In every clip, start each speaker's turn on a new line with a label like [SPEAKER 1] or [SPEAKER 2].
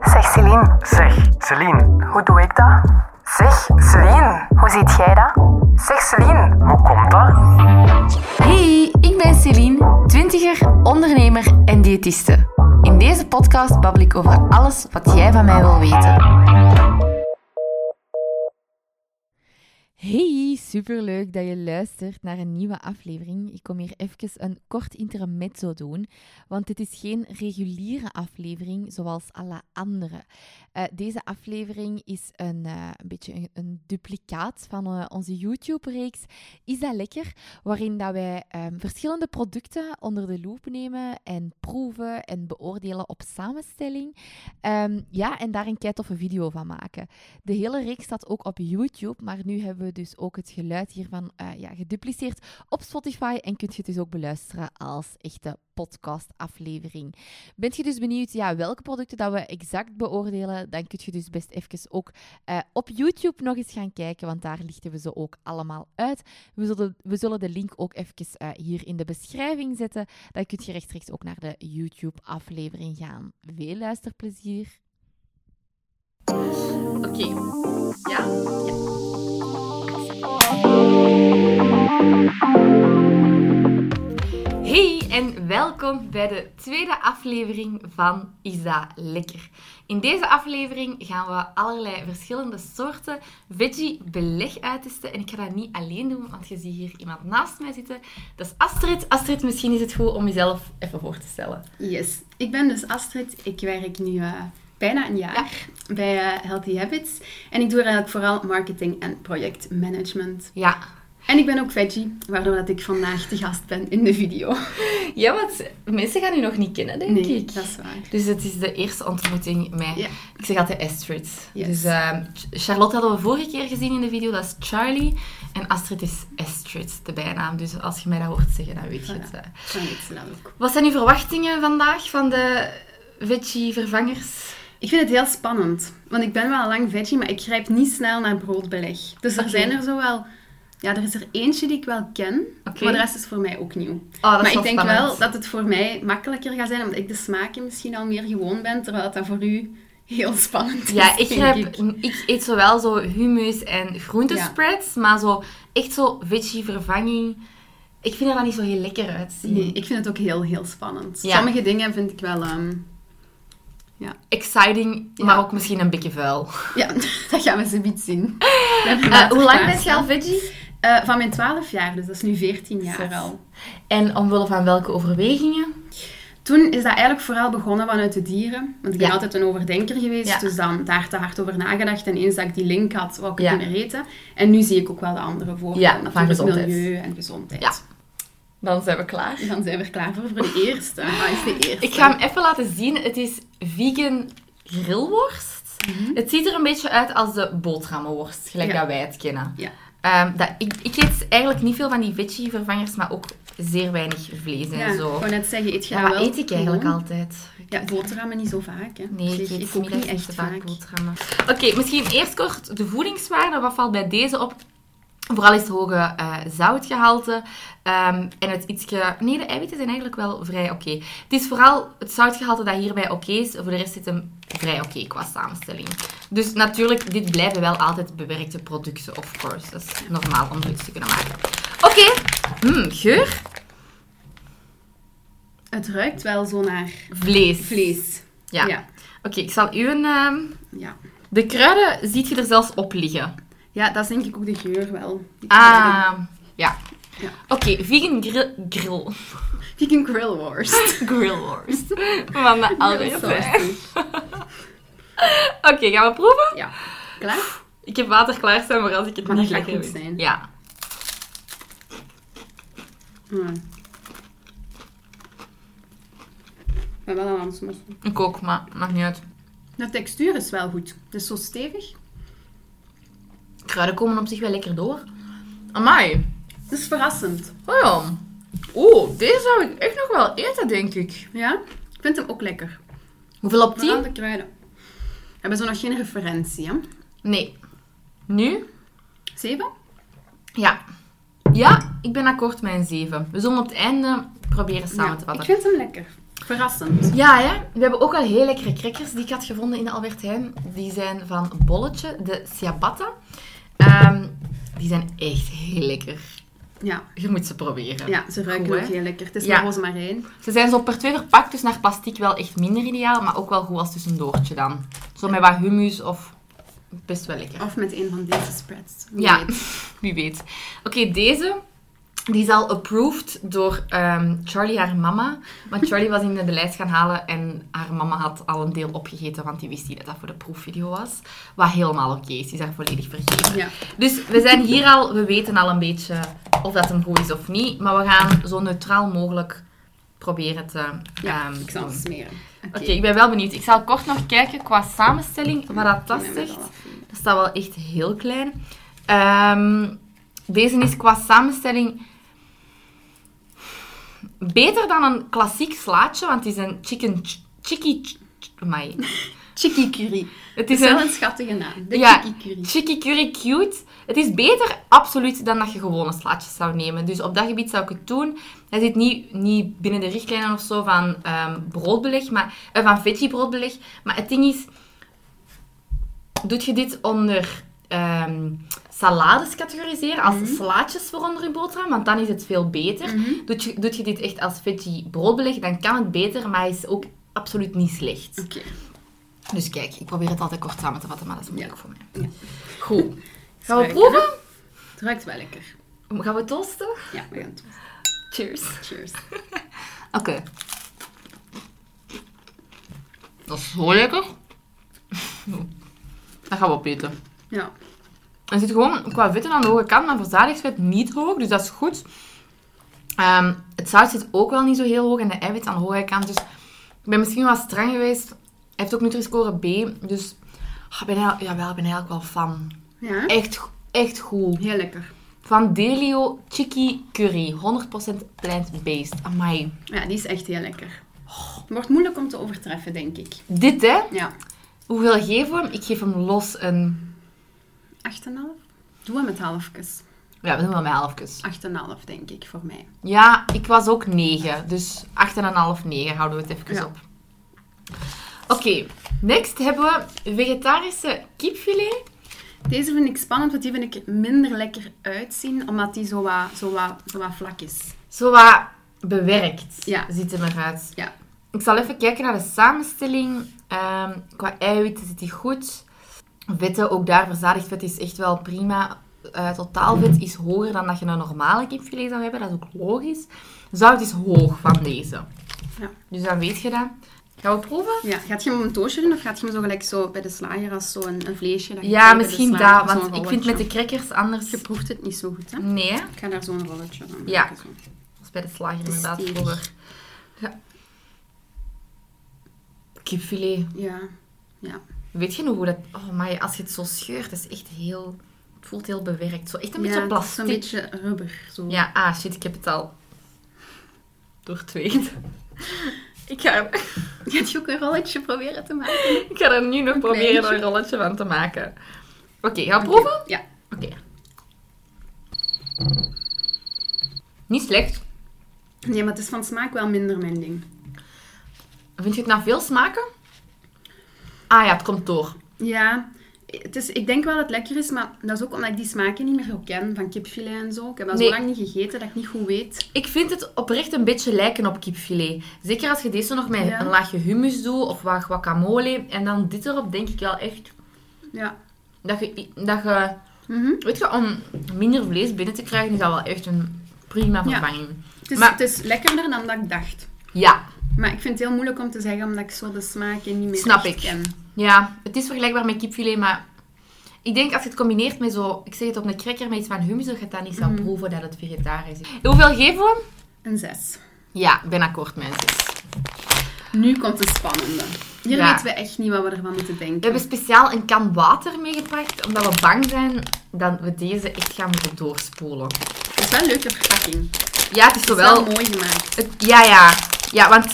[SPEAKER 1] Zeg Celine,
[SPEAKER 2] Zeg, Celine,
[SPEAKER 1] hoe doe ik dat?
[SPEAKER 2] zeg, Celine,
[SPEAKER 1] Hoe ziet jij dat?
[SPEAKER 2] zeg Celine, hoe komt dat?
[SPEAKER 3] Hey, ik ben Celine, twintiger, ondernemer en diëtiste. In deze podcast babbel ik over alles wat jij van mij wil weten. Hey, superleuk dat je luistert naar een nieuwe aflevering. Ik kom hier even een kort intermezzo doen, want dit is geen reguliere aflevering zoals alle andere. Eh, deze aflevering is een, eh, een beetje een, een duplicaat van eh, onze YouTube-reeks Is dat lekker? Waarin dat wij ehm, verschillende producten onder de loep nemen en proeven en beoordelen op samenstelling. Ehm, ja, en daar een keitoffe video van maken. De hele reeks staat ook op YouTube, maar nu hebben we dus ook het geluid hiervan eh, ja, gedupliceerd op Spotify en kunt je het dus ook beluisteren als echte podcastaflevering. Bent je dus benieuwd ja, welke producten dat we exact beoordelen, dan kun je dus best even ook eh, op YouTube nog eens gaan kijken, want daar lichten we ze ook allemaal uit. We zullen, we zullen de link ook even eh, hier in de beschrijving zetten. Dan kun je rechtstreeks ook naar de YouTube-aflevering gaan. Veel luisterplezier! Oké. Ja? Hey en welkom bij de tweede aflevering van Is dat lekker? In deze aflevering gaan we allerlei verschillende soorten veggie beleg uittesten. En ik ga dat niet alleen doen, want je ziet hier iemand naast mij zitten. Dat is Astrid. Astrid, misschien is het goed om jezelf even voor te stellen.
[SPEAKER 4] Yes, ik ben dus Astrid. Ik werk nu eh, bijna een jaar bij eh, Healthy Habits. En ik doe eigenlijk vooral marketing en projectmanagement.
[SPEAKER 3] Ja.
[SPEAKER 4] En ik ben ook veggie, waardoor dat ik vandaag te gast ben in de video.
[SPEAKER 3] Ja, want mensen gaan u nog niet kennen, denk
[SPEAKER 4] Nee,
[SPEAKER 3] ik.
[SPEAKER 4] dat is waar.
[SPEAKER 3] Dus het is de eerste ontmoeting met,
[SPEAKER 4] Ja.
[SPEAKER 3] ik zeg altijd Astrid.
[SPEAKER 4] Yes.
[SPEAKER 3] Dus ehm, Ch- Charlotte hadden we vorige keer gezien in de video, dat is Charlie. En Astrid is Astrid, de bijnaam. Dus als je mij dat hoort zeggen, dan weet je
[SPEAKER 4] Voilà.
[SPEAKER 3] het. eh.
[SPEAKER 4] Van iets dat ook.
[SPEAKER 3] Wat zijn uw verwachtingen vandaag van de veggie-vervangers?
[SPEAKER 4] Ik vind het heel spannend, want ik ben wel al lang veggie, maar ik grijp niet snel naar broodbeleg. Dus er
[SPEAKER 3] Oké.
[SPEAKER 4] zijn er zo wel... Ja, er is er eentje die ik wel ken,
[SPEAKER 3] Oké.
[SPEAKER 4] maar de rest is voor mij ook nieuw.
[SPEAKER 3] Oh, dat is
[SPEAKER 4] maar ik
[SPEAKER 3] wel
[SPEAKER 4] denk
[SPEAKER 3] spannend.
[SPEAKER 4] wel dat het voor mij makkelijker gaat zijn, omdat ik de smaken misschien al meer gewoon ben, terwijl dat voor u heel spannend
[SPEAKER 3] Ja, ik,
[SPEAKER 4] is. denk
[SPEAKER 3] heb,
[SPEAKER 4] ik.
[SPEAKER 3] ik eet zowel zo hummus en groentespreads, maar zo echt zo veggie-vervanging. Ik vind dat niet zo heel lekker uitzien.
[SPEAKER 4] Nee, ik vind het ook heel, heel spannend.
[SPEAKER 3] Ja.
[SPEAKER 4] Sommige dingen vind ik wel... ehm,
[SPEAKER 3] Exciting,
[SPEAKER 4] Ja.
[SPEAKER 3] maar ook misschien een beetje vuil.
[SPEAKER 4] Ja, dat gaan we zoiets zien.
[SPEAKER 3] Eh, hoe lang ben je al veggie?
[SPEAKER 4] Eh, van mijn 12 jaar, dus dat is nu 14 jaar
[SPEAKER 3] Zes.
[SPEAKER 4] al.
[SPEAKER 3] En omwille van welke overwegingen?
[SPEAKER 4] Toen is dat eigenlijk vooral begonnen vanuit de dieren. Want ik ben
[SPEAKER 3] Ja.
[SPEAKER 4] altijd een overdenker geweest,
[SPEAKER 3] Ja.
[SPEAKER 4] dus dan daar te hard over nagedacht. En eens dat ik die link had, wou ik
[SPEAKER 3] Ja.
[SPEAKER 4] het kunnen eten. En nu zie ik ook wel de andere
[SPEAKER 3] Ja,
[SPEAKER 4] voordelen.
[SPEAKER 3] van
[SPEAKER 4] Natuurlijk
[SPEAKER 3] gezondheid.
[SPEAKER 4] milieu en gezondheid.
[SPEAKER 3] Ja. Dan zijn we klaar.
[SPEAKER 4] Dan zijn we er klaar voor, voor de eerste.
[SPEAKER 3] Ah,
[SPEAKER 4] Wat is de eerste?
[SPEAKER 3] Ik ga hem even laten zien. Het is vegan grillworst. Het ziet er een beetje uit als de boterhammenworst, gelijk
[SPEAKER 4] Ja.
[SPEAKER 3] dat wij het kennen.
[SPEAKER 4] Ja.
[SPEAKER 3] Ehm, dat, ik, ik eet eigenlijk niet veel van die veggie-vervangers, maar ook zeer weinig vlees en
[SPEAKER 4] Ja, ik
[SPEAKER 3] zo.
[SPEAKER 4] wou net zeggen, eet je
[SPEAKER 3] Maar
[SPEAKER 4] dat
[SPEAKER 3] wat
[SPEAKER 4] wel
[SPEAKER 3] eet ik eigenlijk
[SPEAKER 4] gewoon?
[SPEAKER 3] altijd?
[SPEAKER 4] Ja, boterhammen niet zo vaak, hè.
[SPEAKER 3] Nee, ik
[SPEAKER 4] Zeg,
[SPEAKER 3] eet
[SPEAKER 4] ik ook niet
[SPEAKER 3] smiddags
[SPEAKER 4] echt
[SPEAKER 3] te vaak
[SPEAKER 4] vaak.
[SPEAKER 3] boterhammen. Oké, misschien eerst kort de voedingswaarde. Wat valt bij deze op? Vooral is het hoge eh, zoutgehalte. ehm, en het ietsje... Nee, de eiwitten zijn eigenlijk wel vrij oké. Het is vooral het zoutgehalte dat hierbij oké is. Voor de rest zit hem vrij oké qua samenstelling. Dus natuurlijk, dit blijven wel altijd bewerkte producten, of course. Dat is normaal om zoiets te kunnen maken. Oké. Mm, geur?
[SPEAKER 4] Het ruikt wel zo naar
[SPEAKER 3] Vlees.
[SPEAKER 4] vlees.
[SPEAKER 3] Ja.
[SPEAKER 4] Ja.
[SPEAKER 3] Oké, ik zal u een... ehm,
[SPEAKER 4] ja.
[SPEAKER 3] de kruiden ziet je er zelfs op liggen.
[SPEAKER 4] Ja, dat is denk ik ook de geur wel. Die kruiden.
[SPEAKER 3] Ah, ja.
[SPEAKER 4] Ja.
[SPEAKER 3] Oké, vegan grill... Grill...
[SPEAKER 4] Vegan grill wars.
[SPEAKER 3] Grillworst. Van de oude
[SPEAKER 4] Heel
[SPEAKER 3] Oké,
[SPEAKER 4] sausage.
[SPEAKER 3] gaan we proeven?
[SPEAKER 4] Ja. Klaar?
[SPEAKER 3] Ik heb water klaarstaan, maar als ik het
[SPEAKER 4] Maar dat
[SPEAKER 3] niet
[SPEAKER 4] gaat
[SPEAKER 3] lekker
[SPEAKER 4] goed
[SPEAKER 3] vind.
[SPEAKER 4] zijn.
[SPEAKER 3] Ja.
[SPEAKER 4] Hm. Ik ben wel aan het smossen.
[SPEAKER 3] Ik ook, maar maakt niet uit.
[SPEAKER 4] De textuur is wel goed. Het is zo stevig.
[SPEAKER 3] Kruiden komen op zich wel lekker door. Amai.
[SPEAKER 4] Het is verrassend.
[SPEAKER 3] Oh ja. Oeh, deze zou ik echt nog wel eten, denk ik.
[SPEAKER 4] Ja? Ik vind hem ook lekker.
[SPEAKER 3] Hoeveel op
[SPEAKER 4] Vooral
[SPEAKER 3] 10?
[SPEAKER 4] de kruiden. We hebben zo nog geen referentie, hè?
[SPEAKER 3] Nee. Nu?
[SPEAKER 4] Zeven?
[SPEAKER 3] Ja. Ja, ik ben akkoord met een 7. We zullen op het einde proberen samen te
[SPEAKER 4] ik
[SPEAKER 3] vatten.
[SPEAKER 4] vind hem lekker. Verrassend.
[SPEAKER 3] Ja, hè? we hebben ook al heel lekkere crackers die ik had gevonden in de Albert Heijn. Die zijn van Bolletje, de ciabatta. Ehm, die zijn echt heel lekker.
[SPEAKER 4] Ja,
[SPEAKER 3] Je moet ze proberen.
[SPEAKER 4] ja ze ruiken
[SPEAKER 3] Goed,
[SPEAKER 4] ook
[SPEAKER 3] hè?
[SPEAKER 4] heel lekker. Het is
[SPEAKER 3] Ja.
[SPEAKER 4] maar rozemarijn.
[SPEAKER 3] Ze zijn zo per twee verpakt, dus naar plastic wel echt minder ideaal, maar ook wel goed als tussendoortje dan. Zo met wat hummus of best wel lekker.
[SPEAKER 4] Of met een van deze spreads. Wie
[SPEAKER 3] ja,
[SPEAKER 4] weet.
[SPEAKER 3] wie weet. Oké, deze die is al approved door ehm, Charlie, haar mama. Maar Charlie was in de lijst gaan halen en haar mama had al een deel opgegeten, want die wist niet dat dat voor de proefvideo was. Wat helemaal oké is, die is haar volledig vergeten.
[SPEAKER 4] Ja.
[SPEAKER 3] Dus we zijn hier al, we weten al een beetje of dat hem goed is of niet. Maar we gaan zo neutraal mogelijk proberen te...
[SPEAKER 4] Ja,
[SPEAKER 3] ehm,
[SPEAKER 4] ik zal
[SPEAKER 3] doen.
[SPEAKER 4] het smeren. Oké,
[SPEAKER 3] Oké, ik ben wel benieuwd. Ik zal kort nog kijken qua samenstelling wat dat, dat
[SPEAKER 4] Ik ben
[SPEAKER 3] zegt.
[SPEAKER 4] met al
[SPEAKER 3] Dat staat wel echt heel klein. Ehm, deze is qua samenstelling beter dan een klassiek slaatje, want het is een chicken... ch- Chicky... ch- ch- amai.
[SPEAKER 4] Chiki curry.
[SPEAKER 3] Het
[SPEAKER 4] Het
[SPEAKER 3] is
[SPEAKER 4] is wel
[SPEAKER 3] een
[SPEAKER 4] een schattige naam. De
[SPEAKER 3] ja,
[SPEAKER 4] chiki curry.
[SPEAKER 3] chicky curry cute. Het is beter, absoluut, dan dat je gewone slaatjes zou nemen. Dus op dat gebied zou ik het doen. Hij zit niet, niet binnen de richtlijnen of zo van ehm, broodbeleg, maar, eh, van veggie broodbeleg. Maar het ding is, doet je dit onder ehm, salades categoriseren,
[SPEAKER 4] Mhm.
[SPEAKER 3] als slaatjes voor onder je boterham, want dan is het veel beter. Doet, je, doet je dit echt als veggie broodbeleg, dan kan het beter, maar hij is ook absoluut niet slecht.
[SPEAKER 4] Oké,
[SPEAKER 3] Dus kijk, ik probeer het altijd kort samen te vatten, maar dat is moeilijk
[SPEAKER 4] Ja.
[SPEAKER 3] voor mij.
[SPEAKER 4] Ja.
[SPEAKER 3] Goed. Gaan we
[SPEAKER 4] Smaken.
[SPEAKER 3] proeven?
[SPEAKER 4] het ruikt wel lekker.
[SPEAKER 3] Gaan we toasten?
[SPEAKER 4] Ja, we gaan het doen.
[SPEAKER 3] Cheers.
[SPEAKER 4] Cheers.
[SPEAKER 3] Oké. Dat is zo lekker. Dat gaan we opeten.
[SPEAKER 4] Ja,
[SPEAKER 3] Er zit gewoon qua vetten aan de hoge kant, maar verzadigingsvet niet hoog, dus dat is goed. Ehm, het zout zit ook wel niet zo heel hoog en de eiwit aan de hoge kant, dus ik ben misschien wat streng geweest. Hij heeft ook Nutri-score B, dus ah, ik ben, eigenlijk- jawel, ik ben eigenlijk wel fan.
[SPEAKER 4] ja.
[SPEAKER 3] Echt, echt goed.
[SPEAKER 4] heel lekker.
[SPEAKER 3] Van Delio Chicky Curry. 100% plant-based. Amai.
[SPEAKER 4] Ja, die is echt heel lekker. Wordt moeilijk om te overtreffen, denk ik.
[SPEAKER 3] Dit, hè?
[SPEAKER 4] Ja,
[SPEAKER 3] Hoeveel geef we hem? Ik geef hem los een...
[SPEAKER 4] 8,5? Doe hem met halfjes.
[SPEAKER 3] Ja, we doen wel met halfjes.
[SPEAKER 4] 8,5 denk ik voor mij.
[SPEAKER 3] Ja, ik was ook 9. Dus 8,5, 9 houden we het even
[SPEAKER 4] Ja.
[SPEAKER 3] op. Oké, next hebben we vegetarische kipfilet.
[SPEAKER 4] Deze vind ik spannend, want die vind ik minder lekker uitzien, omdat die zo wat, zo wat, zo wat vlak is.
[SPEAKER 3] Zo wat bewerkt
[SPEAKER 4] Ja.
[SPEAKER 3] ziet hem eruit.
[SPEAKER 4] Ja,
[SPEAKER 3] Ik zal even kijken naar de samenstelling. Ehm, qua eiwitten zit die goed. Vetten, ook daar verzadigd vet is echt wel prima. Eh totaalvet is hoger dan dat je een normale kipfilet zou hebben. Dat is ook logisch. Zout is hoog van deze.
[SPEAKER 4] Ja.
[SPEAKER 3] Dus dan weet je dat. Gaan we proeven?
[SPEAKER 4] ja. Gaat je hem op een doosje doen of gaat je hem zo gelijk zo bij de slager als zo'n een, vleesje? dat je
[SPEAKER 3] Ja,
[SPEAKER 4] krijgt bij de
[SPEAKER 3] misschien
[SPEAKER 4] slager,
[SPEAKER 3] dat.
[SPEAKER 4] zo'n
[SPEAKER 3] Want ik vind met
[SPEAKER 4] rolletje?
[SPEAKER 3] de crackers anders...
[SPEAKER 4] Je proeft het niet zo goed, hè?
[SPEAKER 3] Nee, hè?
[SPEAKER 4] Ik ga daar zo'n rolletje van maken.
[SPEAKER 3] Ja.
[SPEAKER 4] zo.
[SPEAKER 3] Dat is bij de slager inderdaad
[SPEAKER 4] stevig.
[SPEAKER 3] vroeger. Ja. Kipfilet.
[SPEAKER 4] Ja. Ja.
[SPEAKER 3] Weet je nog hoe dat... Oh maar als je het zo scheurt, dat is echt heel... Het voelt heel bewerkt. Zo echt een
[SPEAKER 4] Ja,
[SPEAKER 3] beetje
[SPEAKER 4] het is
[SPEAKER 3] plastic.
[SPEAKER 4] Zo'n beetje rubber. Zo.
[SPEAKER 3] Ja, ah shit, ik heb het al doortweegd. ik, ga,
[SPEAKER 4] Gaat je ook een rolletje proberen te maken?
[SPEAKER 3] ik ga er nu nog proberen
[SPEAKER 4] kleintje.
[SPEAKER 3] een rolletje van te maken. Oké, gaan we proeven?
[SPEAKER 4] Ja.
[SPEAKER 3] Oké. Niet slecht.
[SPEAKER 4] Nee, maar het is van smaak wel minder mijn ding.
[SPEAKER 3] Vind je het na veel smaken? Ah ja, het komt door.
[SPEAKER 4] Ja, het is, ik denk wel dat het lekker is, maar dat is ook omdat ik die smaken niet meer goed ken, van kipfilet en zo. Ik heb dat
[SPEAKER 3] Nee.
[SPEAKER 4] zo lang niet gegeten dat ik niet goed weet.
[SPEAKER 3] Ik vind het oprecht een beetje lijken op kipfilet. Zeker als je deze nog met
[SPEAKER 4] Ja.
[SPEAKER 3] een laagje hummus doet of wat guacamole. En dan dit erop denk ik wel echt
[SPEAKER 4] Ja.
[SPEAKER 3] dat je... i- Dat je
[SPEAKER 4] Mhm.
[SPEAKER 3] Weet je, om minder vlees binnen te krijgen is dat wel echt een prima vervanging.
[SPEAKER 4] Het, is,
[SPEAKER 3] Maar-
[SPEAKER 4] het is lekkerder dan dat ik dacht.
[SPEAKER 3] Ja.
[SPEAKER 4] Maar ik vind het heel moeilijk om te zeggen, omdat ik zo de smaken niet meer
[SPEAKER 3] Snap
[SPEAKER 4] echt
[SPEAKER 3] ik.
[SPEAKER 4] ken.
[SPEAKER 3] ja, het is vergelijkbaar met kipfilet, maar ik denk als je het combineert met zo, ik zeg het op een cracker met iets van hummus, dat je het dan niet zou proeven dat het vegetarisch is. Hoeveel geven we hem?
[SPEAKER 4] Een zes.
[SPEAKER 3] Ja, ik ben akkoord mensen.
[SPEAKER 4] Nu komt het spannende. Hier
[SPEAKER 3] Ja.
[SPEAKER 4] weten we echt niet wat we ervan moeten
[SPEAKER 3] We
[SPEAKER 4] denken.
[SPEAKER 3] hebben speciaal een kan water meegepakt, omdat we bang zijn dat we deze echt gaan moeten doorspoelen.
[SPEAKER 4] Het is wel een leuke verpakking. Het
[SPEAKER 3] Ja, het is
[SPEAKER 4] is wel
[SPEAKER 3] zowel...
[SPEAKER 4] mooi gemaakt.
[SPEAKER 3] het- ja, ja. Ja, want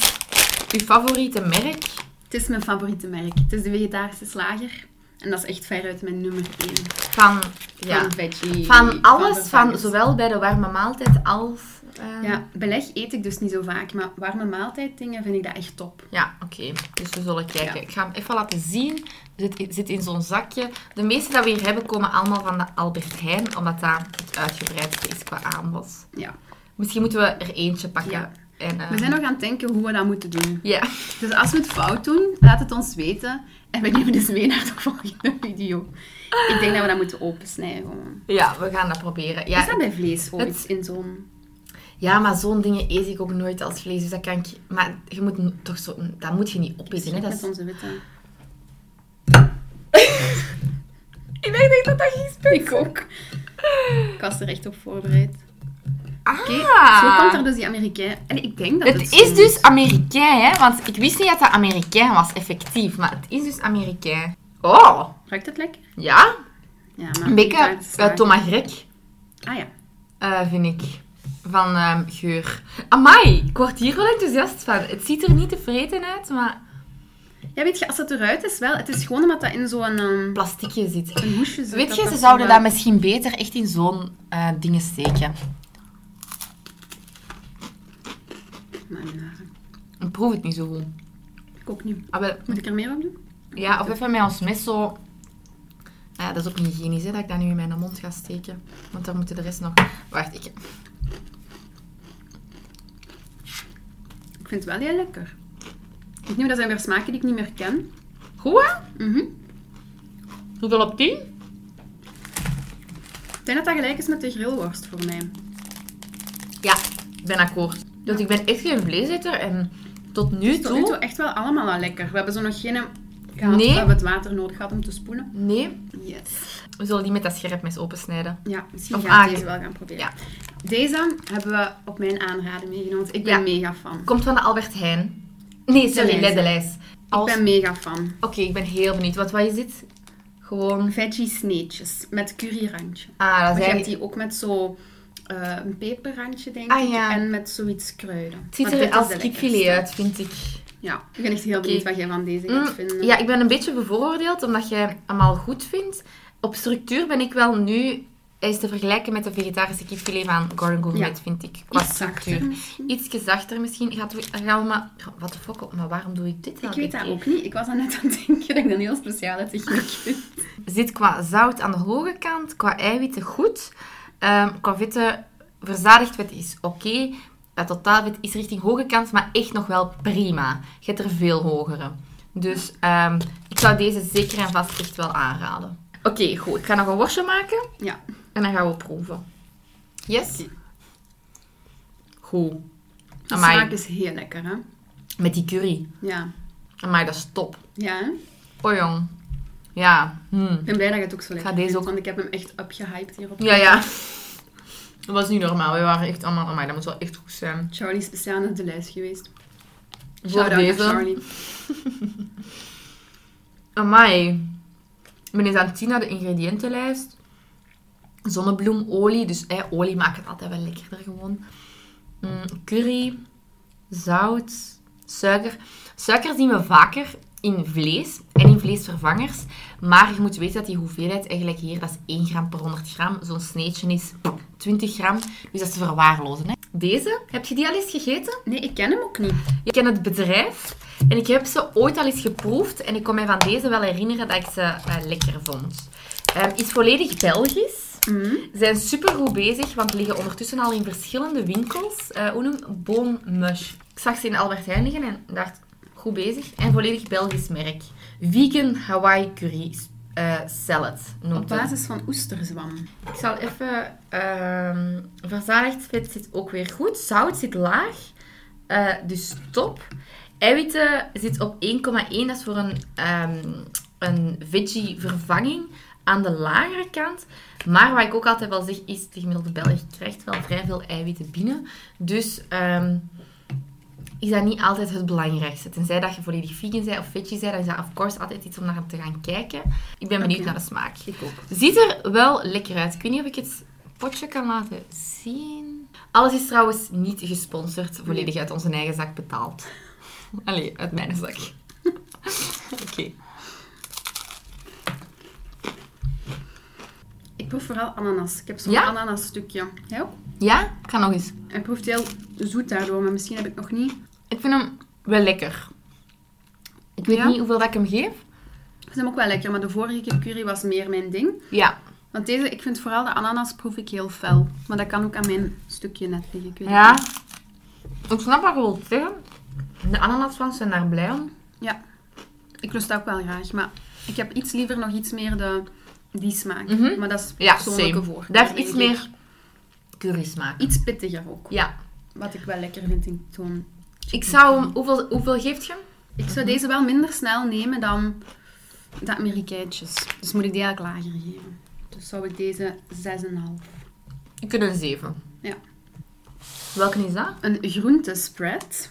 [SPEAKER 3] uw favoriete merk...
[SPEAKER 4] Het is mijn favoriete merk. Het is de vegetarische slager. En dat is echt veruit mijn nummer één.
[SPEAKER 3] Van, ja.
[SPEAKER 4] Van veggie.
[SPEAKER 3] van alles, van
[SPEAKER 4] vervangers.
[SPEAKER 3] zowel bij de warme maaltijd als eh,
[SPEAKER 4] Ja, beleg eet ik dus niet zo vaak, maar warme maaltijddingen vind ik dat echt top.
[SPEAKER 3] Ja, oké. Dus we zullen kijken.
[SPEAKER 4] Ja.
[SPEAKER 3] Ik ga hem even laten zien. Zit, zit in zo'n zakje. De meeste dat we hier hebben komen allemaal van de Albert Heijn, omdat dat het uitgebreidste is qua aanbod.
[SPEAKER 4] Ja.
[SPEAKER 3] Misschien moeten we er eentje pakken.
[SPEAKER 4] Ja.
[SPEAKER 3] En, eh,
[SPEAKER 4] We zijn nog aan het denken hoe we dat moeten doen.
[SPEAKER 3] Ja.
[SPEAKER 4] Dus als we het fout doen, laat het ons weten. En we nemen dus mee naar de volgende video. Ik denk dat we dat moeten opensnijden. gewoon.
[SPEAKER 3] ja, we gaan dat proberen.
[SPEAKER 4] Is dat
[SPEAKER 3] Ja,
[SPEAKER 4] bij vlees ooit
[SPEAKER 3] Het-
[SPEAKER 4] in zo'n...
[SPEAKER 3] ja maar zo'n dingen eet ik ook nooit als vlees. Dus dat kan ik... Maar je moet n- toch zo... Dat moet je niet opeten, hè. Dat
[SPEAKER 4] Met
[SPEAKER 3] is...
[SPEAKER 4] onze witte.
[SPEAKER 3] Ik dacht echt dat dat ging spelen.
[SPEAKER 4] Ik ook. Ik was er echt op voorbereid.
[SPEAKER 3] Ah!
[SPEAKER 4] Zo komt er dus die Amerikaan... En ik denk dat het,
[SPEAKER 3] Het is
[SPEAKER 4] zo-
[SPEAKER 3] dus Amerikaan, hè? Want ik wist niet dat dat Amerikaan was, effectief. Maar het is dus Amerikaan. Oh,
[SPEAKER 4] Ruikt het lekker?
[SPEAKER 3] ja.
[SPEAKER 4] Ja, maar...
[SPEAKER 3] Een
[SPEAKER 4] ik
[SPEAKER 3] beetje
[SPEAKER 4] dacht, het is
[SPEAKER 3] eh,
[SPEAKER 4] waar.
[SPEAKER 3] Thomas Grek,
[SPEAKER 4] Ah ja.
[SPEAKER 3] eh, vind ik. Van ehm, geur. Amai, ik word hier wel enthousiast van. Het ziet er niet tevreden uit, maar
[SPEAKER 4] Ja, weet je, als het eruit is wel... Het is gewoon omdat dat in zo'n ehm,
[SPEAKER 3] plasticje zit.
[SPEAKER 4] een hoesje zit.
[SPEAKER 3] Weet
[SPEAKER 4] dat
[SPEAKER 3] je,
[SPEAKER 4] dat
[SPEAKER 3] ze
[SPEAKER 4] zo
[SPEAKER 3] zouden
[SPEAKER 4] wel-
[SPEAKER 3] dat misschien beter echt in zo'n eh dingen steken.
[SPEAKER 4] Maar, eh,
[SPEAKER 3] Ik proef het niet zo goed.
[SPEAKER 4] Ik ook niet.
[SPEAKER 3] Ah, wel,
[SPEAKER 4] Moet ik er meer op doen?
[SPEAKER 3] ja, of even met ons mes zo... Nou ja, dat is ook niet hygiënisch, hè, dat ik dat nu in mijn mond ga steken. Want dan moeten de rest nog... Wacht, ik...
[SPEAKER 4] Ik vind het wel heel lekker. Ik neem dat zijn weer smaken die ik niet meer ken.
[SPEAKER 3] Goed, hè?
[SPEAKER 4] Mhm.
[SPEAKER 3] Hoeveel op 10?
[SPEAKER 4] Ik denk dat dat gelijk is met de grillworst voor mij.
[SPEAKER 3] Ja, ik ben akkoord. Want ik ben echt geen vleeseter en tot nu
[SPEAKER 4] Tot nu toe
[SPEAKER 3] toe...
[SPEAKER 4] echt wel allemaal al lekker. We hebben zo nog geen gehad
[SPEAKER 3] Nee.
[SPEAKER 4] waar we het water nodig hadden om te spoelen.
[SPEAKER 3] Nee,
[SPEAKER 4] Yes.
[SPEAKER 3] we zullen die met dat scherp mes opensnijden.
[SPEAKER 4] Ja, misschien
[SPEAKER 3] Of
[SPEAKER 4] gaan we
[SPEAKER 3] aak.
[SPEAKER 4] deze wel gaan proberen.
[SPEAKER 3] Ja.
[SPEAKER 4] Deze hebben we op mijn aanraden meegenomen. want Ik ben
[SPEAKER 3] Ja.
[SPEAKER 4] mega fan.
[SPEAKER 3] Komt van de Albert Heijn. Nee, sorry,
[SPEAKER 4] De
[SPEAKER 3] de
[SPEAKER 4] lijst.
[SPEAKER 3] lijst. Als...
[SPEAKER 4] Ik ben mega fan.
[SPEAKER 3] Oké, ik ben heel benieuwd. Wat, wat is dit? Gewoon...
[SPEAKER 4] Veggie sneetjes met curryrandje.
[SPEAKER 3] Ah, dat
[SPEAKER 4] Want je
[SPEAKER 3] zijn...
[SPEAKER 4] hebt die ook met zo eh, een peperrandje, denk
[SPEAKER 3] Ah,
[SPEAKER 4] ik.
[SPEAKER 3] ja.
[SPEAKER 4] En met zoiets kruiden.
[SPEAKER 3] Het ziet
[SPEAKER 4] Maar dit
[SPEAKER 3] er
[SPEAKER 4] is
[SPEAKER 3] als
[SPEAKER 4] de
[SPEAKER 3] kikfilet
[SPEAKER 4] lekkerste.
[SPEAKER 3] uit, vind ik.
[SPEAKER 4] Ja, ik ben echt heel benieuwd wat jij van deze gaat
[SPEAKER 3] Mm,
[SPEAKER 4] vinden.
[SPEAKER 3] Ja, ik ben een beetje bevooroordeeld omdat jij hem al goed vindt. Op structuur ben ik wel nu... Hij is te vergelijken met de vegetarische kipfilet van Gordon Gourmet,
[SPEAKER 4] Ja.
[SPEAKER 3] vind ik. Qua
[SPEAKER 4] Iets
[SPEAKER 3] structuur.
[SPEAKER 4] zachter misschien.
[SPEAKER 3] Iets zachter misschien. Gaat we, gaan we maar... Wat de fuck, maar waarom doe ik dit
[SPEAKER 4] Ik
[SPEAKER 3] elke
[SPEAKER 4] weet dat
[SPEAKER 3] keer?
[SPEAKER 4] ook niet. Ik was er net aan het denken dat ik dat een heel speciale techniek vind.
[SPEAKER 3] Zit qua zout aan de hoge kant, qua eiwitten goed. Ehm, qua vetten, verzadigd vet is oké. Bij totaalvet is richting hoge kant, maar echt nog wel prima. Je hebt er veel hogere. Dus ehm, ik zou deze zeker en vast echt wel aanraden. Oké, goed. Ik ga nog een worstje maken
[SPEAKER 4] Ja.
[SPEAKER 3] en dan gaan we proeven. Yes?
[SPEAKER 4] Oké.
[SPEAKER 3] Goed.
[SPEAKER 4] De smaak
[SPEAKER 3] Amai,
[SPEAKER 4] is heel lekker, hè?
[SPEAKER 3] met die curry.
[SPEAKER 4] Ja.
[SPEAKER 3] Amai, dat is top.
[SPEAKER 4] Ja, hè?
[SPEAKER 3] Oh jong. Ja. hm.
[SPEAKER 4] Ik ben blij dat je het ook zo lekker
[SPEAKER 3] ga deze
[SPEAKER 4] vindt,
[SPEAKER 3] ook-
[SPEAKER 4] want ik heb hem echt upgehyped hierop.
[SPEAKER 3] Ja, ja. Dat was niet normaal. We waren echt allemaal... Amai, dat moet wel echt goed zijn.
[SPEAKER 4] Charlie is speciaal naar de lijst geweest.
[SPEAKER 3] Voor
[SPEAKER 4] Shout-out naar
[SPEAKER 3] deze.
[SPEAKER 4] Charlie.
[SPEAKER 3] Amai. Ik ben eens aan het zien naar de ingrediëntenlijst. Zonnebloemolie. Dus hè, olie maakt het altijd wel lekkerder gewoon. Mm, curry. Zout. Suiker. Suiker zien we vaker in vlees en in vleesvervangers. Maar je moet weten dat die hoeveelheid eigenlijk hier, dat is 1 gram per 100 gram. Zo'n sneetje is 20 gram. Dus dat is te verwaarlozen. Hè. Deze, heb je die al eens gegeten?
[SPEAKER 4] Nee, ik ken hem ook niet.
[SPEAKER 3] Ik ken het bedrijf en ik heb ze ooit al eens geproefd. En ik kon mij van deze wel herinneren dat ik ze eh, lekker vond. Ehm, is volledig Belgisch.
[SPEAKER 4] Mhm.
[SPEAKER 3] Zijn supergoed bezig, want liggen ondertussen al in verschillende winkels. Eh hoe noem Boommush. Ik zag ze in Albert Heijn liggen en dacht, goed bezig. En volledig Belgisch merk. Vegan Hawaii curry eh, salad
[SPEAKER 4] Op
[SPEAKER 3] noemt het.
[SPEAKER 4] basis van oesterzwam.
[SPEAKER 3] Ik zal even... ehm, verzadigd vet zit ook weer goed. Zout zit laag. Eh, dus top. Eiwitten zit op 1,1. Dat is voor een, ehm, een veggie-vervanging aan de lagere kant. Maar wat ik ook altijd wel zeg, is de gemiddelde Belg krijgt wel vrij veel eiwitten binnen. Dus ehm, is dat niet altijd het belangrijkste. Tenzij dat je volledig vegan bent of veggie bent, dan is dat of course altijd iets om naar te gaan kijken. Ik ben benieuwd
[SPEAKER 4] Oké.
[SPEAKER 3] naar de smaak.
[SPEAKER 4] Ik ook.
[SPEAKER 3] Ziet er wel lekker uit. Ik weet niet of ik het potje kan laten zien. Alles is trouwens niet gesponsord. Volledig uit onze eigen zak betaald. Allee, uit mijn zak. Oké.
[SPEAKER 4] Ik proef vooral ananas. Ik heb zo'n
[SPEAKER 3] Ja?
[SPEAKER 4] ananasstukje. Jij ook?
[SPEAKER 3] Ja? Ik ga nog eens.
[SPEAKER 4] Hij proeft heel zoet daardoor, maar misschien heb ik nog niet.
[SPEAKER 3] Ik vind hem wel lekker. Ik weet
[SPEAKER 4] Ja?
[SPEAKER 3] niet hoeveel dat ik hem geef.
[SPEAKER 4] Ik vind hem ook wel lekker, maar de vorige keer curry was meer mijn ding.
[SPEAKER 3] Ja.
[SPEAKER 4] Want deze, ik vind vooral de ananas proef ik heel fel. Maar dat kan ook aan mijn stukje net liggen. Ik weet het
[SPEAKER 3] Ja.
[SPEAKER 4] niet.
[SPEAKER 3] Ik snap wat je wilt zeggen. De ananasfans zijn daar blij om.
[SPEAKER 4] Ja. Ik lust dat ook wel graag. Maar ik heb iets liever nog iets meer de, die smaak.
[SPEAKER 3] Mhm.
[SPEAKER 4] Maar dat is
[SPEAKER 3] Ja,
[SPEAKER 4] persoonlijke
[SPEAKER 3] same.
[SPEAKER 4] voorkeur.
[SPEAKER 3] Daar is
[SPEAKER 4] denk
[SPEAKER 3] iets
[SPEAKER 4] ik.
[SPEAKER 3] meer curry smaak.
[SPEAKER 4] Iets pittiger ook.
[SPEAKER 3] Ja.
[SPEAKER 4] Wat ik wel lekker vind in toon.
[SPEAKER 3] Ik zou hem... Hoeveel, hoeveel geeft je hem?
[SPEAKER 4] Ik zou deze wel minder snel nemen dan de Amerikaantjes. Dus moet ik die eigenlijk lager geven. Dus zou ik deze 6,5.
[SPEAKER 3] Ik vind een 7.
[SPEAKER 4] Ja.
[SPEAKER 3] Welke is dat?
[SPEAKER 4] Een groentespread.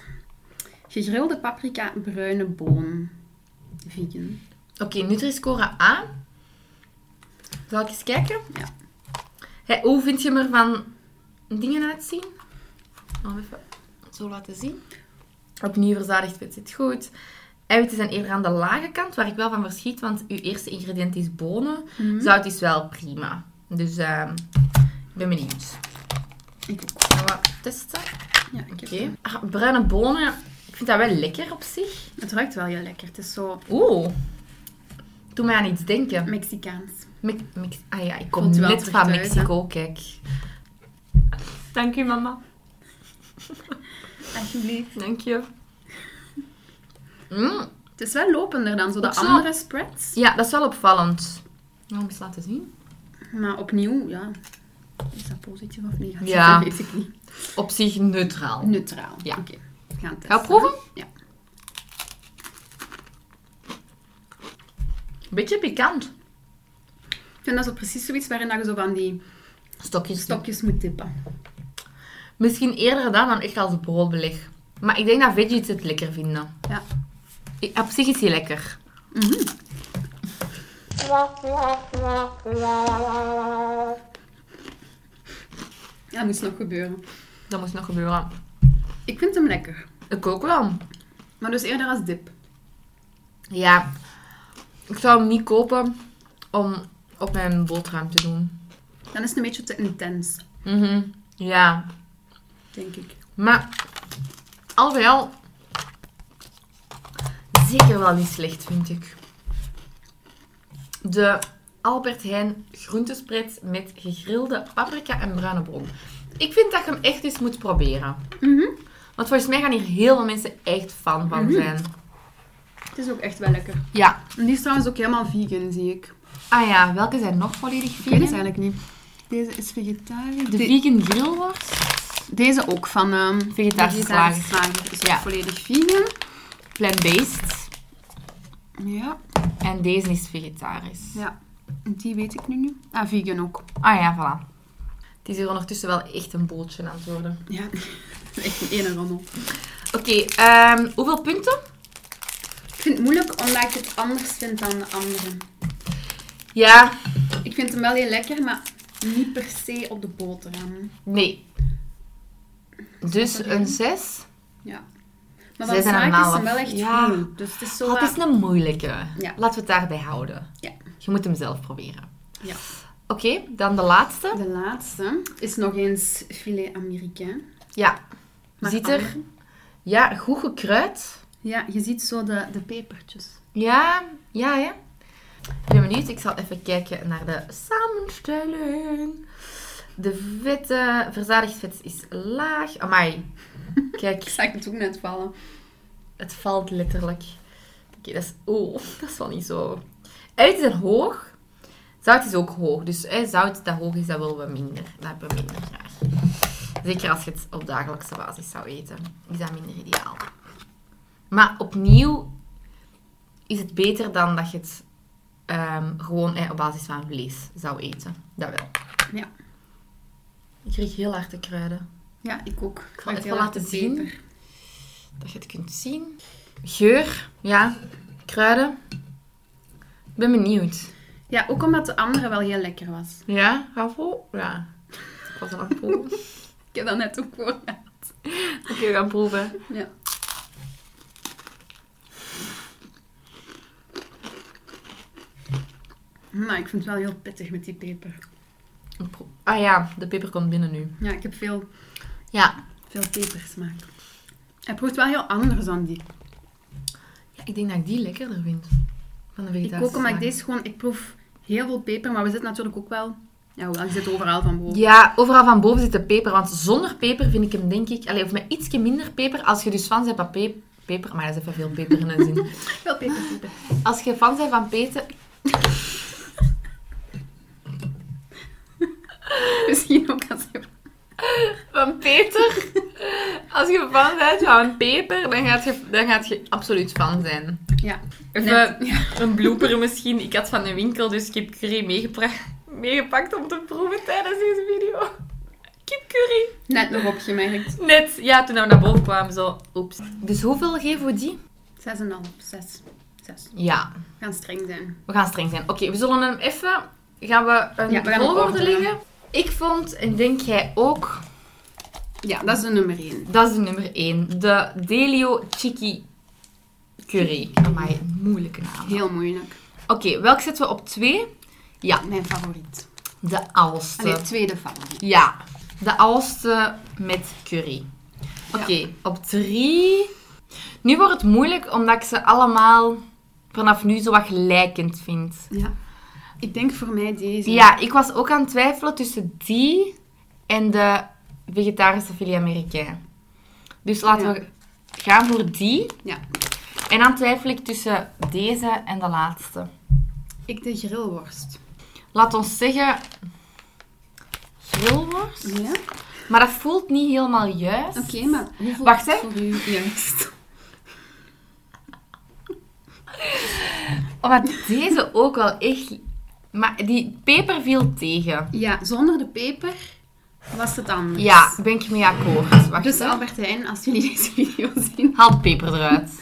[SPEAKER 4] Gegrilde paprika, bruine boon. Vegan.
[SPEAKER 3] Oké, Nutri-score A. Zal ik eens kijken?
[SPEAKER 4] Ja.
[SPEAKER 3] Hé, hoe vind je hem er van dingen uitzien? Nog even zo laten zien. Opnieuw verzadigd vet zit goed. Eiwitten zijn eerder aan de lage kant, waar ik wel van verschiet, want uw eerste ingrediënt is bonen. Zout is wel prima. Dus ehm, ik ben benieuwd.
[SPEAKER 4] Ik ook.
[SPEAKER 3] Gaan we testen?
[SPEAKER 4] Ja, ik
[SPEAKER 3] Oké.
[SPEAKER 4] heb hem.
[SPEAKER 3] Ah, bruine bonen, ik vind dat wel lekker op zich.
[SPEAKER 4] Het ruikt wel heel lekker. Het is zo
[SPEAKER 3] Oeh. Doe mij aan iets denken.
[SPEAKER 4] Mexicaans.
[SPEAKER 3] Me- Mex- ah ja, ik kom
[SPEAKER 4] Voelt u wel
[SPEAKER 3] net
[SPEAKER 4] terug
[SPEAKER 3] van
[SPEAKER 4] thuis,
[SPEAKER 3] Mexico, kijk. Dank u, mama.
[SPEAKER 4] Alsjeblieft.
[SPEAKER 3] Dank je. Mm,
[SPEAKER 4] Het is wel lopender dan zo de
[SPEAKER 3] Ook zo.
[SPEAKER 4] andere spreads.
[SPEAKER 3] ja, dat is wel opvallend. Nou, om eens laten zien.
[SPEAKER 4] Maar opnieuw, ja. Is dat positief of negatief?
[SPEAKER 3] Ja.
[SPEAKER 4] Dat weet ik niet.
[SPEAKER 3] Op zich neutraal.
[SPEAKER 4] Neutraal.
[SPEAKER 3] Ja.
[SPEAKER 4] Oké. We gaan testen.
[SPEAKER 3] Ga je proeven?
[SPEAKER 4] Ja.
[SPEAKER 3] Beetje pikant.
[SPEAKER 4] Ik vind dat zo precies zoiets waarin dat je zo van die
[SPEAKER 3] Stokjes.
[SPEAKER 4] stokjes moet tippen.
[SPEAKER 3] Misschien eerder dan, dan echt als broodbeleg. Maar ik denk dat veggies het lekker vinden.
[SPEAKER 4] Ja.
[SPEAKER 3] Ik- Op zich is hij lekker.
[SPEAKER 4] Dat moest nog gebeuren.
[SPEAKER 3] Dat moest nog gebeuren.
[SPEAKER 4] Ik vind hem lekker.
[SPEAKER 3] Ik ook wel.
[SPEAKER 4] Maar dus eerder als dip.
[SPEAKER 3] Ja, ik zou hem niet kopen om op mijn boterham te doen.
[SPEAKER 4] Dan is het een beetje te intens,
[SPEAKER 3] Mhm, Ja,
[SPEAKER 4] denk ik.
[SPEAKER 3] maar al bij al zeker wel niet slecht, vind ik. De Albert Heijn groentespread met gegrilde paprika en bruine bron. Ik vind dat je hem echt eens moet proberen. Want volgens mij gaan hier heel veel mensen echt fan van zijn.
[SPEAKER 4] Het is ook echt wel lekker.
[SPEAKER 3] Mhm. Ja.
[SPEAKER 4] En die is trouwens ook helemaal vegan, zie ik.
[SPEAKER 3] Ah ja, welke zijn nog volledig
[SPEAKER 4] Ik weet
[SPEAKER 3] vegan?
[SPEAKER 4] het eigenlijk niet. Deze is vegetarisch.
[SPEAKER 3] De
[SPEAKER 4] De-
[SPEAKER 3] vegan grillworst?
[SPEAKER 4] Deze ook van ehm
[SPEAKER 3] Vegetarische slager.
[SPEAKER 4] slager. Dus
[SPEAKER 3] Ja.
[SPEAKER 4] ja. volledig vegan.
[SPEAKER 3] plant-based.
[SPEAKER 4] Ja,
[SPEAKER 3] En deze is vegetarisch.
[SPEAKER 4] ja. Die weet ik nu nu. Ah, vegan ook.
[SPEAKER 3] Ah ja, voilà. Het is hier ondertussen wel echt een bootje aan het worden.
[SPEAKER 4] Ja. Echt een ene rommel.
[SPEAKER 3] Oké, ehm, hoeveel punten?
[SPEAKER 4] Ik vind het moeilijk omdat ik het anders vind dan de anderen.
[SPEAKER 3] Ja,
[SPEAKER 4] Ik vind hem wel heel lekker, maar niet per se op de boterham.
[SPEAKER 3] nee. Dus een 6.
[SPEAKER 4] Ja. Maar
[SPEAKER 3] Zes
[SPEAKER 4] van
[SPEAKER 3] en een
[SPEAKER 4] smaak is
[SPEAKER 3] half.
[SPEAKER 4] hem wel echt
[SPEAKER 3] Ja.
[SPEAKER 4] goed. Dus het is zo...
[SPEAKER 3] Dat
[SPEAKER 4] wat-
[SPEAKER 3] Ah, is een moeilijke.
[SPEAKER 4] Ja.
[SPEAKER 3] Laten we het daarbij houden.
[SPEAKER 4] Ja.
[SPEAKER 3] Je moet hem zelf proberen.
[SPEAKER 4] Ja.
[SPEAKER 3] Oké, dan de laatste.
[SPEAKER 4] De laatste is nog eens filet américain.
[SPEAKER 3] Ja.
[SPEAKER 4] Maar
[SPEAKER 3] Ziet er...
[SPEAKER 4] andere?
[SPEAKER 3] Ja, goed gekruid.
[SPEAKER 4] Ja, je ziet zo de, de pepertjes.
[SPEAKER 3] Ja, ja, ja. Ik ben benieuwd. Ik zal even kijken naar de samenstelling. De vette, verzadigd vet is laag. Amai.
[SPEAKER 4] Ik
[SPEAKER 3] Kijk,
[SPEAKER 4] zag het ook net vallen.
[SPEAKER 3] het valt letterlijk. Oké, dat is... Oeh, dat is wel niet zo. Eiwitten zijn hoog. Zout is ook hoog. Dus hè, zout dat hoog is, dat willen we minder. Dat hebben we minder graag. Zeker als je het op dagelijkse basis zou eten. Is dat minder ideaal. Maar opnieuw is het beter dan dat je het ehm, gewoon hè, op basis van vlees zou eten. Dat wel.
[SPEAKER 4] Ja.
[SPEAKER 3] Ik kreeg heel hard de kruiden.
[SPEAKER 4] Ja, ik ook. Ik
[SPEAKER 3] ga
[SPEAKER 4] ruik
[SPEAKER 3] het
[SPEAKER 4] heel
[SPEAKER 3] wel
[SPEAKER 4] hard
[SPEAKER 3] laten
[SPEAKER 4] de
[SPEAKER 3] zien.
[SPEAKER 4] peper.
[SPEAKER 3] Dat je het kunt zien. Geur, ja. Kruiden. Ik ben benieuwd.
[SPEAKER 4] Ja, ook omdat de andere wel heel lekker was.
[SPEAKER 3] Ja, Raffel? Ja. Ik was aan het proeven. Oké,
[SPEAKER 4] Ik heb dat net ook voor.
[SPEAKER 3] we gaan proeven.
[SPEAKER 4] Ja. Maar ik vind het wel heel pittig met die peper.
[SPEAKER 3] Een pro- Ah ja, de peper komt binnen nu.
[SPEAKER 4] Ja, ik heb veel,
[SPEAKER 3] Ja.
[SPEAKER 4] veel pepersmaak. Hij proeft wel heel anders dan die.
[SPEAKER 3] ja, ik denk dat ik die lekkerder vind. Van de
[SPEAKER 4] Ik
[SPEAKER 3] vegetarische
[SPEAKER 4] ook, maar ik
[SPEAKER 3] smaak.
[SPEAKER 4] deze gewoon... Ik proef heel veel peper, maar we zitten natuurlijk ook wel... Ja, hoewel, je zit overal van boven.
[SPEAKER 3] Ja, overal van boven zit de peper. Want zonder peper vind ik hem, denk ik... Allee, of met ietsje minder peper. Als je dus fan bent van pe- peper... Maar dat is even veel peper in een zin.
[SPEAKER 4] Veel peper, peper.
[SPEAKER 3] Als je fan bent van peter...
[SPEAKER 4] Misschien ook als je...
[SPEAKER 3] Van peter? Als je fan bent van peper, dan gaat je, dan gaat je absoluut fan zijn.
[SPEAKER 4] Ja.
[SPEAKER 3] Even
[SPEAKER 4] Net, ja.
[SPEAKER 3] een blooper misschien. Ik had van de winkel dus kipcurry meegepra- meegepakt om te proeven tijdens deze video. Kipcurry.
[SPEAKER 4] Net nog opgemerkt. 6,5,
[SPEAKER 3] Net, ja, toen we naar boven kwamen, zo. Oeps. Dus hoeveel geven we die?
[SPEAKER 4] 6. 6.
[SPEAKER 3] Ja,
[SPEAKER 4] We gaan streng zijn.
[SPEAKER 3] we gaan streng zijn. Oké, we zullen hem even... Gaan we een
[SPEAKER 4] Ja, we gaan
[SPEAKER 3] volgorde
[SPEAKER 4] hem ordenen.
[SPEAKER 3] leggen? Ik vond, en denk jij ook,
[SPEAKER 4] Ja, dat is de nummer 1.
[SPEAKER 3] dat is de nummer 1. De Delio Chiki Curry. Amai, een moeilijke naam.
[SPEAKER 4] Heel moeilijk.
[SPEAKER 3] Oké, welke zetten we op 2?
[SPEAKER 4] Mijn favoriet.
[SPEAKER 3] De Aalste.
[SPEAKER 4] Allee, tweede favoriet.
[SPEAKER 3] Ja, de alste met curry. Oké, op drie. Nu wordt het moeilijk omdat ik ze allemaal vanaf nu zo wat gelijkend vind.
[SPEAKER 4] Ja. Ik denk voor mij deze.
[SPEAKER 3] Ja, ik was ook aan het twijfelen tussen die en de vegetarische filet américain. Dus laten
[SPEAKER 4] Ja.
[SPEAKER 3] we gaan voor die.
[SPEAKER 4] Ja.
[SPEAKER 3] En dan twijfel ik tussen deze en de laatste.
[SPEAKER 4] Ik de grillworst.
[SPEAKER 3] Laat ons zeggen grillworst.
[SPEAKER 4] Ja?
[SPEAKER 3] Maar dat voelt niet helemaal juist.
[SPEAKER 4] Oké, maar hoeveel
[SPEAKER 3] Wacht,
[SPEAKER 4] is
[SPEAKER 3] hè.
[SPEAKER 4] voor u juist?
[SPEAKER 3] Oh, maar deze ook wel echt... Maar die peper viel tegen.
[SPEAKER 4] Ja, zonder de peper was het anders.
[SPEAKER 3] Ja, ben ik mee akkoord. Wacht
[SPEAKER 4] Dus
[SPEAKER 3] dus
[SPEAKER 4] Albert Heijn, als jullie deze video zien.
[SPEAKER 3] Haal de peper eruit.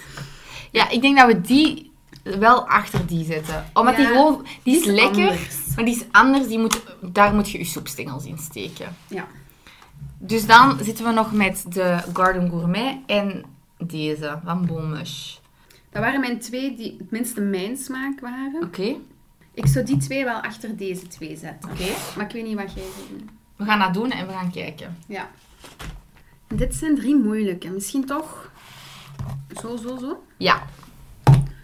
[SPEAKER 3] Ja, ik denk dat we die wel achter die zetten. Omdat die
[SPEAKER 4] Ja,
[SPEAKER 3] gewoon... Die is,
[SPEAKER 4] is
[SPEAKER 3] lekker,
[SPEAKER 4] anders.
[SPEAKER 3] maar die is anders. Die moet, daar moet je je soepstengels in steken.
[SPEAKER 4] Ja.
[SPEAKER 3] Dus dan zitten we nog met de Garden Gourmet en deze van Bonmush.
[SPEAKER 4] Dat waren mijn twee die het minste mijn smaak waren.
[SPEAKER 3] Oké,
[SPEAKER 4] Ik zou die twee wel achter deze twee zetten.
[SPEAKER 3] oké.
[SPEAKER 4] Maar ik weet niet wat jij vindt.
[SPEAKER 3] We gaan dat doen en we gaan kijken.
[SPEAKER 4] Ja. Dit zijn drie moeilijke. Misschien toch zo, zo, zo.
[SPEAKER 3] Ja,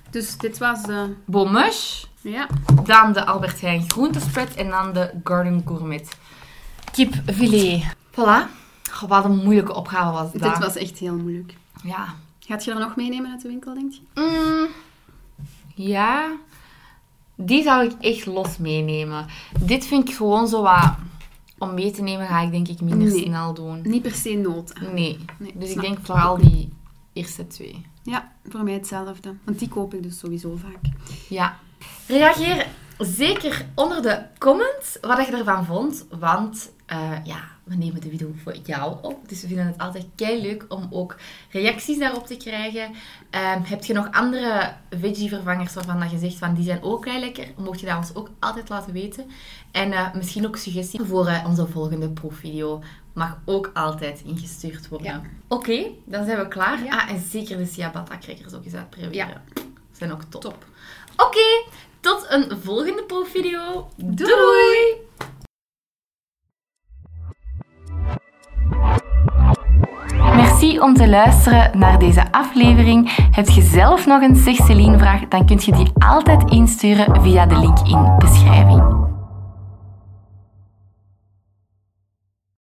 [SPEAKER 4] Dus dit was de...
[SPEAKER 3] Bonmush.
[SPEAKER 4] Ja.
[SPEAKER 3] Dan de Albert Heijn groentespread en dan de Garden Gourmet kipfilet. Voilà. Goh, wat een moeilijke opgave was dat.
[SPEAKER 4] Dit was echt heel moeilijk.
[SPEAKER 3] Ja.
[SPEAKER 4] Gaat je er nog meenemen uit de winkel, denk je?
[SPEAKER 3] Mm, ja. Die zou ik echt los meenemen. Dit vind ik gewoon zo wat... Om mee te nemen ga ik denk ik minder
[SPEAKER 4] Nee.
[SPEAKER 3] snel doen.
[SPEAKER 4] Niet per se nood aan.
[SPEAKER 3] Nee.
[SPEAKER 4] Nee,
[SPEAKER 3] Dus ik
[SPEAKER 4] snap
[SPEAKER 3] denk vooral die eerste twee.
[SPEAKER 4] Ja, voor mij hetzelfde. Want die koop ik dus sowieso vaak.
[SPEAKER 3] Ja. Reageer zeker onder de comments wat je ervan vond. Want eh, ja, we nemen de video voor jou op. Dus we vinden het altijd kei leuk om ook reacties daarop te krijgen. Ehm, heb je nog andere veggie-vervangers waarvan dat je zegt van die zijn ook kei lekker? Mocht je dat ons ook altijd laten weten. En eh, misschien ook suggesties voor eh, onze volgende proefvideo. Mag ook altijd ingestuurd worden.
[SPEAKER 4] Ja.
[SPEAKER 3] Oké, dan zijn we klaar.
[SPEAKER 4] Ja.
[SPEAKER 3] Ah, en zeker de ciabatta-crackers ook eens uitproberen.
[SPEAKER 4] Ja.
[SPEAKER 3] Zijn ook top.
[SPEAKER 4] Top.
[SPEAKER 3] Oké, tot een volgende proefvideo. Doei!
[SPEAKER 5] Merci om te luisteren naar deze aflevering. Heb je zelf nog een Céline vraag dan kun je die altijd insturen via de link in beschrijving.